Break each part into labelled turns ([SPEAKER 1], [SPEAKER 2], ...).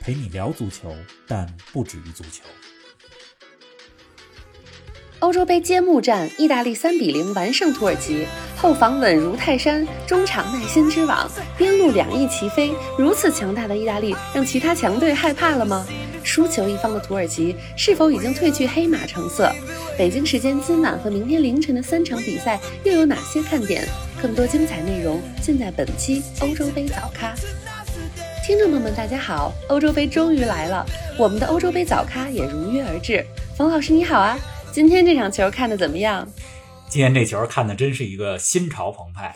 [SPEAKER 1] 陪你聊足球，但不止于足球。
[SPEAKER 2] 欧洲杯揭幕战，意大利三比零完胜土耳其，后防稳如泰山，中场耐心织网，边路两翼齐飞。如此强大的意大利，让其他强队害怕了吗？输球一方的土耳其是否已经褪去黑马成色？北京时间今晚和明天凌晨的三场比赛又有哪些看点？更多精彩内容尽在本期欧洲杯早咖。听众朋友们，大家好！欧洲杯终于来了，我们的欧洲杯早咖也如约而至。冯老师你好啊，今天这场球看的怎么样？
[SPEAKER 1] 今天这球看的真是一个心潮澎湃。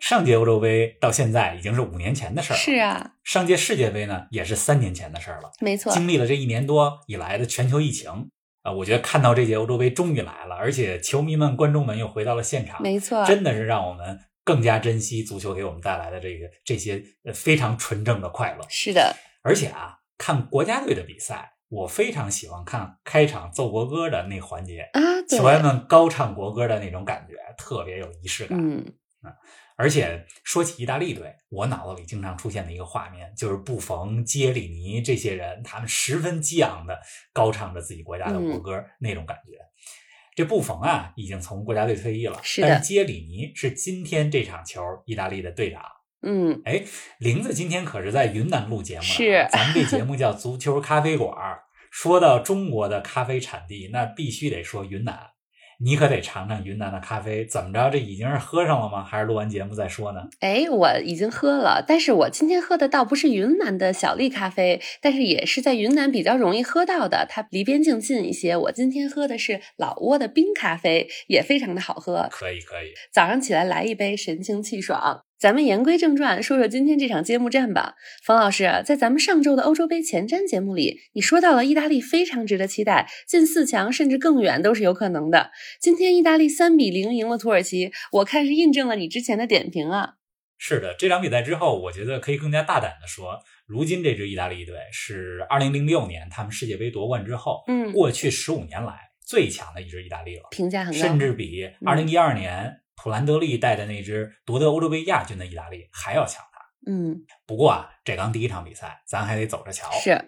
[SPEAKER 1] 上届欧洲杯到现在已经是五年前的事儿了，
[SPEAKER 2] 是啊，
[SPEAKER 1] 上届世界杯呢也是三年前的事儿了。
[SPEAKER 2] 没错，
[SPEAKER 1] 经历了这一年多以来的全球疫情啊、我觉得看到这届欧洲杯终于来了，而且球迷们、观众们又回到了现场，
[SPEAKER 2] 没错，
[SPEAKER 1] 真的是让我们更加珍惜足球给我们带来的这个这些呃非常纯正的快乐。
[SPEAKER 2] 是的，
[SPEAKER 1] 而且啊，看国家队的比赛，我非常喜欢看开场奏国歌的那环节，
[SPEAKER 2] 啊，对
[SPEAKER 1] 球，员们高唱国歌的那种感觉，特别有仪式感。
[SPEAKER 2] 嗯，
[SPEAKER 1] 而且说起意大利队，我脑子里经常出现的一个画面就是布冯、杰里尼这些人，他们十分激昂的高唱着自己国家的
[SPEAKER 2] 嗯
[SPEAKER 1] 国歌，那种感觉。这布冯啊，已经从国家队退役了，
[SPEAKER 2] 是的
[SPEAKER 1] 但是杰里尼是今天这场球意大利的队长。
[SPEAKER 2] 嗯，
[SPEAKER 1] 哎，玲子今天可是在云南录节目呢，
[SPEAKER 2] 是
[SPEAKER 1] 咱们这节目叫《足球咖啡馆》。说到中国的咖啡产地，那必须得说云南，你可得尝尝云南的咖啡。怎么着，这已经是喝上了吗？还是录完节目再说呢？
[SPEAKER 2] 哎，我已经喝了，但是我今天喝的倒不是云南的小粒咖啡，但是也是在云南比较容易喝到的，它离边境近一些。我今天喝的是老挝的冰咖啡，也非常的好喝。
[SPEAKER 1] 可以，可以。
[SPEAKER 2] 早上起来来一杯，神清气爽。咱们言归正传，说说今天这场揭幕战吧。冯老师，在咱们上周的欧洲杯前瞻节目里，你说到了意大利非常值得期待，进四强甚至更远都是有可能的。今天意大利三比零赢了土耳其，我看是印证了你之前的点评啊。
[SPEAKER 1] 是的，这场比赛之后，我觉得可以更加大胆的说，如今这支意大利队是二零零六年他们世界杯夺冠之后，
[SPEAKER 2] 嗯
[SPEAKER 1] 过去十五年来最强的一支意大利了，
[SPEAKER 2] 评价很高
[SPEAKER 1] 甚，至比
[SPEAKER 2] 嗯
[SPEAKER 1] 二零一二年普兰德利带的那支夺得欧洲杯亚军的意大利还要强大。
[SPEAKER 2] 嗯，
[SPEAKER 1] 不过啊，这刚第一场比赛，咱还得走着瞧。
[SPEAKER 2] 是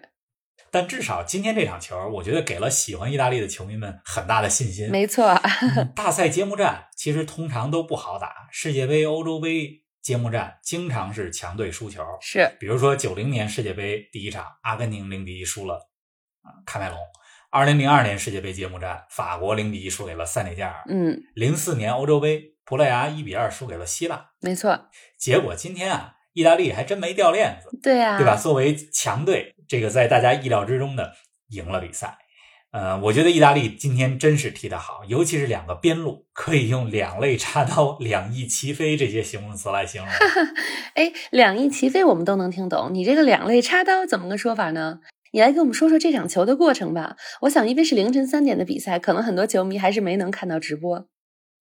[SPEAKER 1] 但至少今天这场球，我觉得给了喜欢意大利的球迷们很大的信心。
[SPEAKER 2] 没错，
[SPEAKER 1] 嗯大赛揭幕战其实通常都不好打，世界杯、欧洲杯揭幕战经常是强队输球。
[SPEAKER 2] 是
[SPEAKER 1] 比如说九零年世界杯第一场，阿根廷零比一输了啊喀麦隆；二零零二年世界杯揭幕战，法国零比一输给了塞内加尔；
[SPEAKER 2] 嗯，
[SPEAKER 1] 零四年欧洲杯，葡萄牙一比二输给了希腊。
[SPEAKER 2] 没错，
[SPEAKER 1] 结果今天啊，意大利还真没掉链子，
[SPEAKER 2] 对啊，
[SPEAKER 1] 对吧？？作为强队，这个在大家意料之中的赢了比赛。呃，我觉得意大利今天真是踢得好，尤其是两个边路，可以用两肋插刀、两翼齐飞这些形容词来 形容。
[SPEAKER 2] 哎，两翼齐飞我们都能听懂，你这个两肋插刀怎么个说法呢？你来给我们说说这场球的过程吧。我想，因为是凌晨三点的比赛，可能很多球迷还是没能看到直播。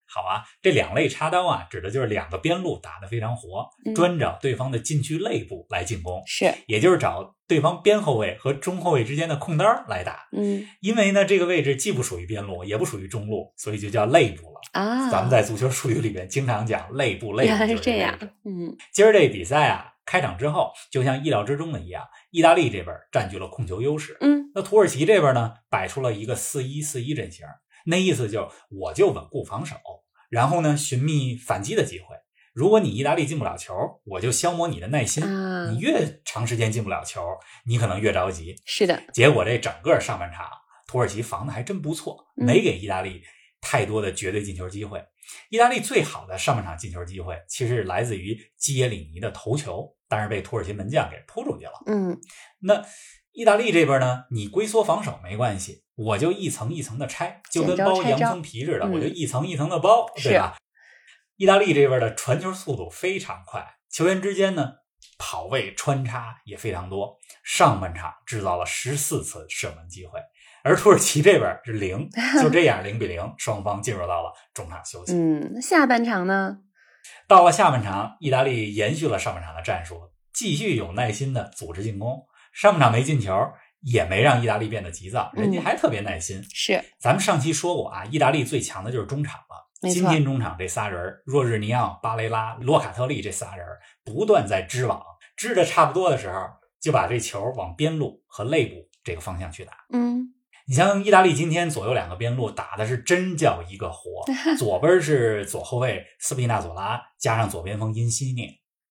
[SPEAKER 1] 好啊，这两肋插刀啊，指的就是两个边路打得非常活，
[SPEAKER 2] 嗯
[SPEAKER 1] 专找对方的禁区内部来进攻，
[SPEAKER 2] 是，
[SPEAKER 1] 也就是找对方边后卫和中后卫之间的空当儿来打。
[SPEAKER 2] 嗯
[SPEAKER 1] 因为呢，这个位置既不属于边路，也不属于中路，所以就叫肋部了。
[SPEAKER 2] 啊，
[SPEAKER 1] 咱们在足球术语里边经常讲肋部，肋
[SPEAKER 2] 原
[SPEAKER 1] 部
[SPEAKER 2] 来
[SPEAKER 1] 就是是这
[SPEAKER 2] 这
[SPEAKER 1] 个
[SPEAKER 2] 样
[SPEAKER 1] 位置。，
[SPEAKER 2] 嗯
[SPEAKER 1] 今儿这比赛啊，开场之后，就像意料之中的一样，意大利这边占据了控球优势，
[SPEAKER 2] 嗯，
[SPEAKER 1] 那土耳其这边呢，摆出了一个四一四一阵型，那意思就是我就稳固防守，然后呢寻觅反击的机会。如果你意大利进不了球，我就消磨你的耐心。
[SPEAKER 2] 啊
[SPEAKER 1] 哎你越长时间进不了球，你可能越着急。
[SPEAKER 2] 是的，
[SPEAKER 1] 结果这整个上半场，土耳其防的还真不错，
[SPEAKER 2] 嗯
[SPEAKER 1] 没给意大利太多的绝对进球机会。意大利最好的上半场进球机会，其实是来自于基耶里尼的头球，但是被土耳其门将给扑出去了。
[SPEAKER 2] 嗯
[SPEAKER 1] 那意大利这边呢，你龟缩防守没关系，我就一层一层的拆，就跟
[SPEAKER 2] 见招
[SPEAKER 1] 包
[SPEAKER 2] 拆
[SPEAKER 1] 洋
[SPEAKER 2] 招
[SPEAKER 1] 葱皮似的，
[SPEAKER 2] 嗯
[SPEAKER 1] 我就一层一层的包，对吧？意大利这边的传球速度非常快，球员之间呢跑位穿插也非常多。上半场制造了十四次射门机会，而土耳其这边是零，就这样零比零，双方进入到了中场休息。
[SPEAKER 2] 嗯，那下半场呢？
[SPEAKER 1] 到了下半场，意大利延续了上半场的战术，继续有耐心的组织进攻。上半场没进球，也没让意大利变得急躁，人家还特别耐心。
[SPEAKER 2] 是，
[SPEAKER 1] 咱们上期说过啊，意大利最强的就是中场了。
[SPEAKER 2] 没
[SPEAKER 1] 今
[SPEAKER 2] 错
[SPEAKER 1] 天中场这仨人儿，若日尼奥、巴雷拉、洛卡特利这仨人儿不断在织网，织的差不多的时候，就把这球往边路和肋部这个方向去打。
[SPEAKER 2] 嗯，
[SPEAKER 1] 你像意大利今天左右两个边路打的是真叫一个 活，左边是左后卫斯皮纳佐拉加上左边锋因西涅，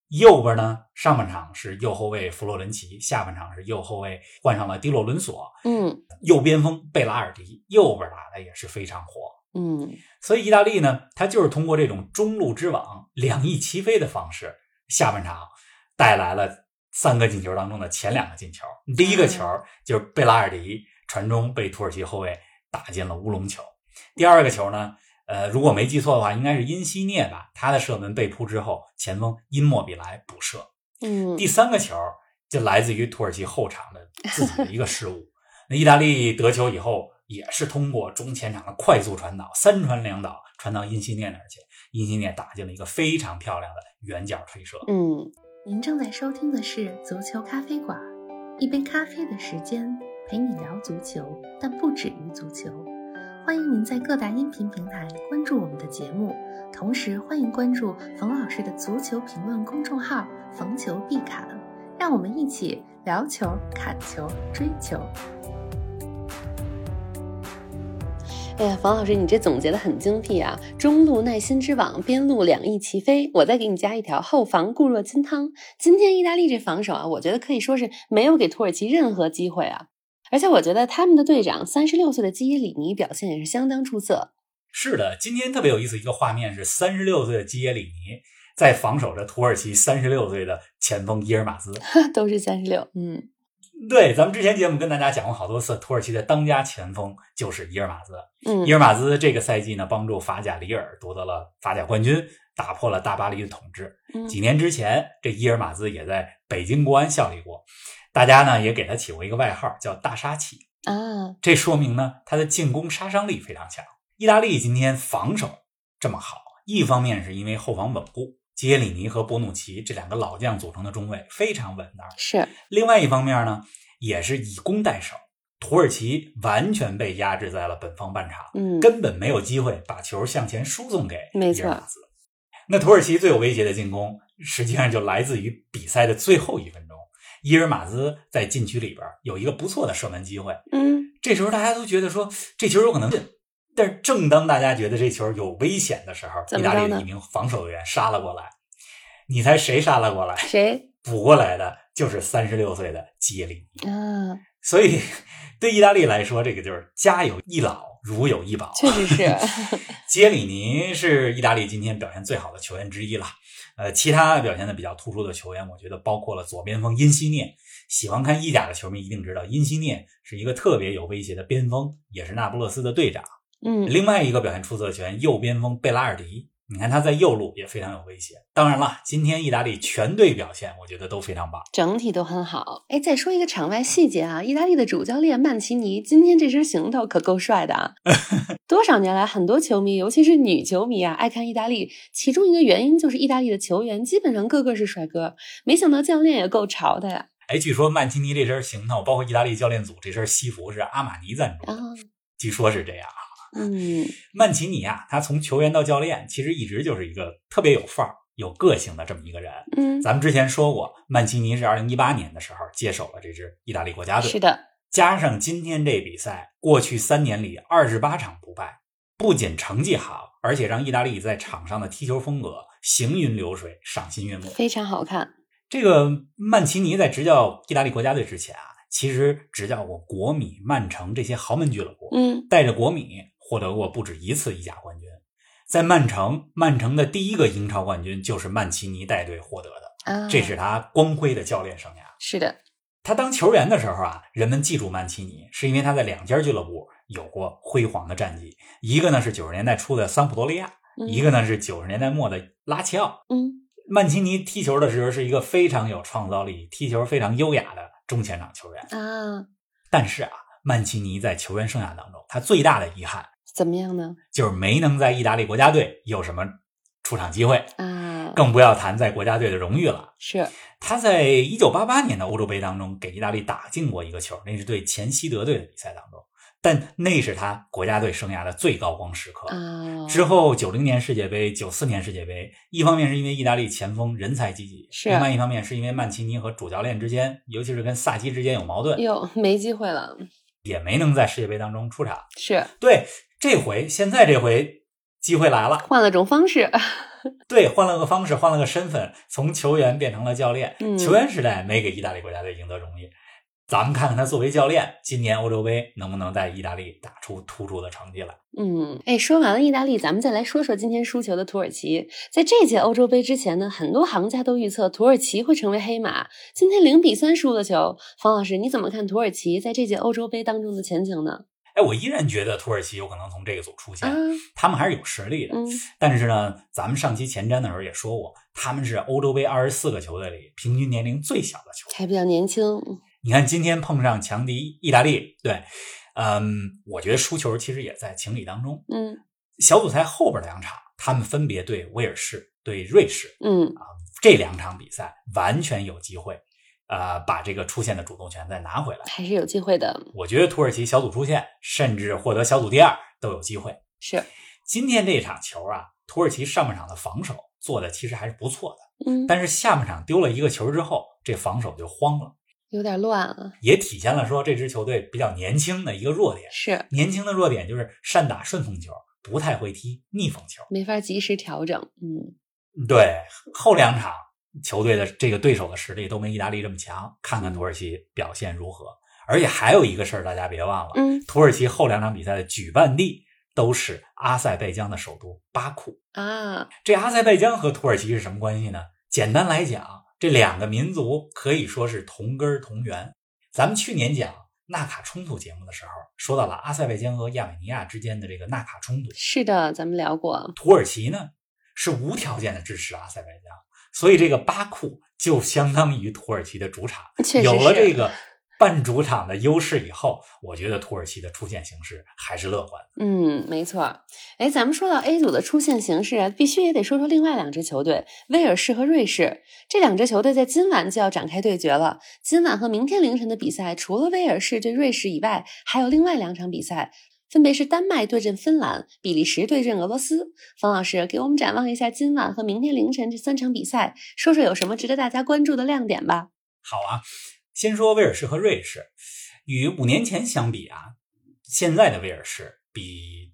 [SPEAKER 1] 右边呢上半场是右后卫弗洛伦齐，下半场是右后卫换上了迪洛伦索，
[SPEAKER 2] 嗯
[SPEAKER 1] 右边锋贝拉尔迪，右边打的也是非常活。
[SPEAKER 2] 嗯
[SPEAKER 1] 所以意大利呢，它就是通过这种中路之网两翼齐飞的方式，下半场带来了三个进球当中的前两个进球。第一个球就是贝拉尔迪传中被土耳其后卫打进了乌龙球。第二个球呢，呃，如果没记错的话，应该是因西涅吧，他的射门被扑之后，前锋因莫比莱补射。
[SPEAKER 2] 嗯
[SPEAKER 1] 第三个球就来自于土耳其后场的自己的一个失误。 那意大利得球以后，也是通过中前场的快速传导，三传两倒传到因西涅那儿去，因西涅打进了一个非常漂亮的远角推射。
[SPEAKER 2] 嗯，
[SPEAKER 3] 您正在收听的是《足球咖啡馆》，一杯咖啡的时间陪你聊足球，但不止于足球。欢迎您在各大音频平台关注我们的节目，同时欢迎关注冯老师的足球评论公众号“冯球必侃”，让我们一起聊球、砍球、追球。
[SPEAKER 2] 哎呀，房老师，你这总结的很精辟啊！中路耐心之网，边路两翼齐飞。我再给你加一条，后防固若金汤。今天意大利这防守啊，我觉得可以说是没有给土耳其任何机会啊。而且我觉得他们的队长三十六岁的基耶里尼表现也是相当出色。
[SPEAKER 1] 是的，今天特别有意思一个画面是三十六岁的基耶里尼在防守着土耳其三十六岁的前锋伊尔 马兹。
[SPEAKER 2] 都是三十六，嗯
[SPEAKER 1] 对，咱们之前节目跟大家讲过好多次，土耳其的当家前锋就是伊尔马兹。伊
[SPEAKER 2] 嗯
[SPEAKER 1] 尔马兹这个赛季呢，帮助法甲里尔夺得了法甲冠军，打破了大巴黎的统治。
[SPEAKER 2] 嗯
[SPEAKER 1] 几年之前，这伊尔马兹也在北京国安效力过，大家呢也给他起过一个外号叫“大杀器
[SPEAKER 2] 啊”，，
[SPEAKER 1] 这说明呢他的进攻杀伤力非常强。意大利今天防守这么好，一方面是因为后防稳固，基耶里尼和博努奇这两个老将组成的中卫非常稳当，
[SPEAKER 2] 是，
[SPEAKER 1] 另外一方面呢，也是以攻代守，土耳其完全被压制在了本方半场。
[SPEAKER 2] 嗯
[SPEAKER 1] 根本没有机会把球向前输送给
[SPEAKER 2] 没错
[SPEAKER 1] 伊尔马兹。那土耳其最有威胁的进攻，实际上就来自于比赛的最后一分钟。伊尔马兹在禁区里边有一个不错的射门机会，
[SPEAKER 2] 嗯
[SPEAKER 1] 这时候大家都觉得说这球有可能进，但是正当大家觉得这球有危险的时候，
[SPEAKER 2] 怎
[SPEAKER 1] 意
[SPEAKER 2] 么着
[SPEAKER 1] 大
[SPEAKER 2] 呢
[SPEAKER 1] 利的一名防守员杀了过来。你猜谁杀了过来？
[SPEAKER 2] 谁
[SPEAKER 1] 补过来的就是三十六岁的基耶里尼。
[SPEAKER 2] 啊？
[SPEAKER 1] 所以对意大利来说，这个就是家有一老，如有一宝。
[SPEAKER 2] 确实是，
[SPEAKER 1] 杰里尼是意大利今天表现最好的球员之一了。呃，其他表现的比较突出的球员，我觉得包括了左边锋因西涅。喜欢看意甲的球迷一定知道，因西涅是一个特别有威胁的边锋，也是那不勒斯的队长。
[SPEAKER 2] 嗯
[SPEAKER 1] 另外一个表现出色的球员，右边锋贝拉尔迪，你看他在右路也非常有威胁。当然了，今天意大利全队表现，我觉得都非常棒。
[SPEAKER 2] 整体都很好。哎，再说一个场外细节啊，意大利的主教练曼奇尼今天这身行头可够帅 的啊！多少年来，很多球迷，尤其是女球迷啊，爱看意大利，其中一个原因就是意大利的球员基本上个个是帅哥，没想到教练也够潮的呀！
[SPEAKER 1] 哎，据说曼奇尼这身行头，包括意大利教练组这身西服是阿玛尼赞助
[SPEAKER 2] 啊
[SPEAKER 1] 的，，据说是这样。
[SPEAKER 2] 嗯
[SPEAKER 1] 曼奇尼啊，他从球员到教练，其实一直就是一个特别有范儿、有个性的这么一个人。
[SPEAKER 2] 嗯，
[SPEAKER 1] 咱们之前说过，曼奇尼是二零一八年的时候接手了这支意大利国家队，
[SPEAKER 2] 是的，
[SPEAKER 1] 加上今天这比赛，过去三年里二十八场不败，不仅成绩好，而且让意大利在场上的踢球风格行云流水、赏心悦目。
[SPEAKER 2] 非常好看。
[SPEAKER 1] 这个曼奇尼在执教意大利国家队之前啊，其实执教过国米、曼城这些豪门俱乐部。
[SPEAKER 2] 嗯
[SPEAKER 1] 带着国米获得过不止一次意甲冠军。在曼城，曼城的第一个英超冠军就是曼奇尼带队获得的，
[SPEAKER 2] 啊，
[SPEAKER 1] 这是他光辉的教练生涯。
[SPEAKER 2] 是的，
[SPEAKER 1] 他当球员的时候啊，人们记住曼奇尼，是因为他在两家俱乐部有过辉煌的战绩，一个呢是九十年代初的桑普多利亚，
[SPEAKER 2] 嗯
[SPEAKER 1] 一个呢是九十年代末的拉齐奥。
[SPEAKER 2] 嗯
[SPEAKER 1] 曼奇尼踢球的时候是一个非常有创造力、踢球非常优雅的中前场球员，
[SPEAKER 2] 啊，
[SPEAKER 1] 但是啊，曼奇尼在球员生涯当中，他最大的遗憾
[SPEAKER 2] 怎么样呢？
[SPEAKER 1] 就是没能在意大利国家队有什么出场机会，
[SPEAKER 2] 啊，
[SPEAKER 1] 更不要谈在国家队的荣誉了。
[SPEAKER 2] 是啊
[SPEAKER 1] 他在一九八八年的欧洲杯当中给意大利打进过一个球，那是对前西德队的比赛当中，但那是他国家队生涯的最高光时刻。
[SPEAKER 2] 啊，
[SPEAKER 1] 之后，九零年世界杯、九四年世界杯，一方面是因为意大利前锋人才济济，
[SPEAKER 2] 是
[SPEAKER 1] 另外一方面是因为曼奇尼和主教练之间，尤其是跟萨基之间有矛盾，
[SPEAKER 2] 哟没机会了，
[SPEAKER 1] 也没能在世界杯当中出场。
[SPEAKER 2] 是
[SPEAKER 1] 对，这回现在这回机会来了，
[SPEAKER 2] 换了种方式，
[SPEAKER 1] 对，换了个方式，换了个身份，从球员变成了教练。
[SPEAKER 2] 嗯
[SPEAKER 1] 球员时代没给意大利国家队赢得荣誉，咱们看看他作为教练，今年欧洲杯能不能在意大利打出突出的成绩来？
[SPEAKER 2] 嗯，哎，说完了意大利，咱们再来说说今天输球的土耳其。在这届欧洲杯之前呢，很多行家都预测土耳其会成为黑马。今天零比三输了球，方老师你怎么看土耳其在这届欧洲杯当中的前景呢？
[SPEAKER 1] 哎，我依然觉得土耳其有可能从这个组出现，
[SPEAKER 2] 啊，
[SPEAKER 1] 他们还哎是有实力的。
[SPEAKER 2] 嗯，
[SPEAKER 1] 但是呢，咱们上期前瞻的时候也说过，他们是欧洲杯二十四个球队里平均年龄最小的球队。
[SPEAKER 2] 还比较年轻，
[SPEAKER 1] 你看今天碰上强敌意大利，对，嗯，我觉得输球其实也在情理当中。
[SPEAKER 2] 嗯
[SPEAKER 1] 小组赛后边两场，他们分别对威尔士、对瑞士
[SPEAKER 2] 嗯
[SPEAKER 1] 这两场比赛，完全有机会，呃，把这个出线的主动权再拿回来。
[SPEAKER 2] 还是有机会的，
[SPEAKER 1] 我觉得土耳其小组出线，甚至获得小组第二都有机会。
[SPEAKER 2] 是，
[SPEAKER 1] 今天这场球啊，土耳其上半场的防守做的其实还是不错的。
[SPEAKER 2] 嗯，
[SPEAKER 1] 但是下半场丢了一个球之后，这防守就慌了，
[SPEAKER 2] 有点乱啊了，
[SPEAKER 1] 也体现了说这支球队比较年轻的一个弱点。
[SPEAKER 2] 是
[SPEAKER 1] 年轻的弱点就是善打顺风球，不太会踢逆风球。
[SPEAKER 2] 没法及时调整，嗯
[SPEAKER 1] 对，后两场球队的这个对手的实力都没意大利这么强，看看土耳其表现如何。而且还有一个事儿，大家别忘了，
[SPEAKER 2] 嗯
[SPEAKER 1] 土耳其后两场比赛的举办地都是阿塞拜疆的首都巴库。
[SPEAKER 2] 啊，
[SPEAKER 1] 这阿塞拜疆和土耳其是什么关系呢？简单来讲，这两个民族可以说是同根儿同源。咱们去年讲纳卡冲突节目的时候，说到了阿塞拜疆和亚美尼亚之间的这个纳卡冲突。
[SPEAKER 2] 是的，咱们聊过，
[SPEAKER 1] 土耳其呢是无条件的支持阿塞拜疆，所以这个巴库就相当于土耳其的主场。
[SPEAKER 2] 确实
[SPEAKER 1] 有了这
[SPEAKER 2] 是，
[SPEAKER 1] 个半主场的优势以后，我觉得土耳其的出线形势还是乐观的。
[SPEAKER 2] 嗯，没错儿。哎，咱们说到 A 组的出线形势啊，必须也得说说另外两支球队——威尔士和瑞士。这两支球队在今晚就要展开对决了。今晚和明天凌晨的比赛，除了威尔士对瑞士以外，还有另外两场比赛，分别是丹麦对阵芬兰，比利时对阵俄罗斯。方老师，给我们展望一下今晚和明天凌晨这三场比赛，说说有什么值得大家关注的亮点吧。
[SPEAKER 1] 好啊，先说威尔士和瑞士，与五年前相比啊，现在的威尔士比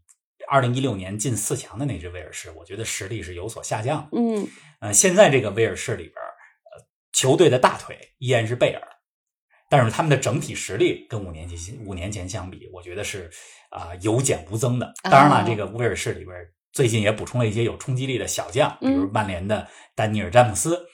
[SPEAKER 1] 二零一六年进四强的那支威尔士，我觉得实力是有所下降的。
[SPEAKER 2] 嗯，
[SPEAKER 1] 呃，现在这个威尔士里边儿，呃，球队的大腿依然是贝尔，但是他们的整体实力跟五年前五年前相比，我觉得是啊、有减无增的。当然了，
[SPEAKER 2] 哦
[SPEAKER 1] 这个威尔士里边儿最近也补充了一些有冲击力的小将，比如
[SPEAKER 2] 嗯
[SPEAKER 1] 曼联的丹尼尔詹姆斯。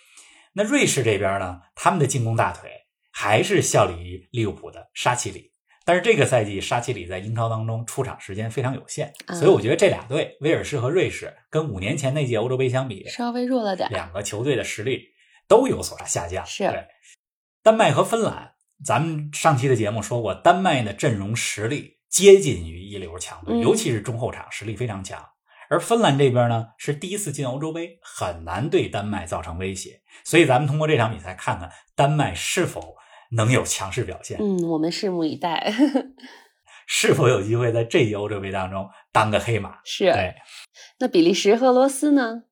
[SPEAKER 1] 那瑞士这边呢，他们的进攻大腿还是效力于利物浦的沙奇里。但是这个赛季沙奇里在英超当中出场时间非常有限，
[SPEAKER 2] 啊
[SPEAKER 1] 所以我觉得这俩队，威尔士和瑞士，跟五年前那届欧洲杯相比，
[SPEAKER 2] 稍微弱了点儿。
[SPEAKER 1] 两个球队的实力都有所下降。
[SPEAKER 2] 是
[SPEAKER 1] 对，丹麦和芬兰，咱们上期的节目说过，丹麦的阵容实力接近于一流强队，
[SPEAKER 2] 嗯
[SPEAKER 1] 尤其是中后场实力非常强。而芬兰这边呢，是第一次进欧洲杯，很难对丹麦造成威胁，所以咱们通过这场比赛看看丹麦是否能有强势表现，
[SPEAKER 2] 嗯，我们拭目以待。
[SPEAKER 1] 是否有机会在这届欧洲杯当中当个黑马。
[SPEAKER 2] 是。
[SPEAKER 1] 对，
[SPEAKER 2] 那比利时和俄罗斯呢？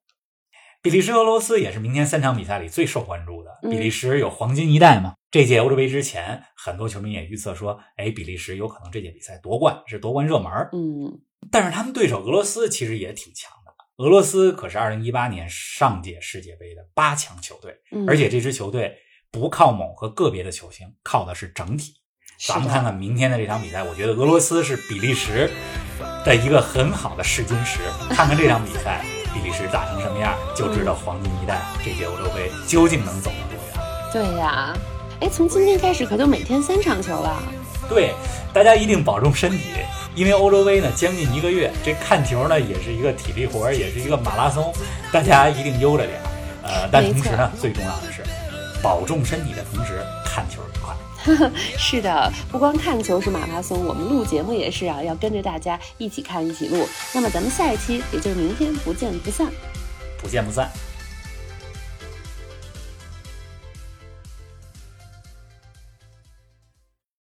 [SPEAKER 1] 比利时、俄罗斯也是明天三场比赛里最受关注的。
[SPEAKER 2] 嗯
[SPEAKER 1] 比利时有黄金一代嘛？这届欧洲杯之前，很多球迷也预测说，哎，比利时有可能这届比赛夺冠，是夺冠热门儿。
[SPEAKER 2] 嗯，
[SPEAKER 1] 但是他们对手俄罗斯其实也挺强的。俄罗斯可是2018年上届世界杯的八强球队，
[SPEAKER 2] 嗯
[SPEAKER 1] 而且这支球队不靠某和个别的球星，靠的是整体。
[SPEAKER 2] 是
[SPEAKER 1] 咱们
[SPEAKER 2] 的
[SPEAKER 1] 看看明天的这场比赛，我觉得俄罗斯是比利时的一个很好的试金石。看看这场比赛，比利时打成什么样，就知道黄金一代这届欧洲杯究竟能走到多远。
[SPEAKER 2] 对呀、哎，从今天开始可就每天三场球了。
[SPEAKER 1] 对，大家一定保重身体，因为欧洲杯呢将近一个月，这看球呢也是一个体力活儿，也是一个马拉松，大家一定悠着点儿。呃，但
[SPEAKER 2] 没
[SPEAKER 1] 同时
[SPEAKER 2] 错
[SPEAKER 1] 呢，最重要的是保重身体的同时看球愉快。
[SPEAKER 2] 是的，不光看球是马拉松，我们录节目也是啊，要跟着大家一起看，一起录。那么咱们下一期，也就是明天，不见不散。
[SPEAKER 1] 不见不散。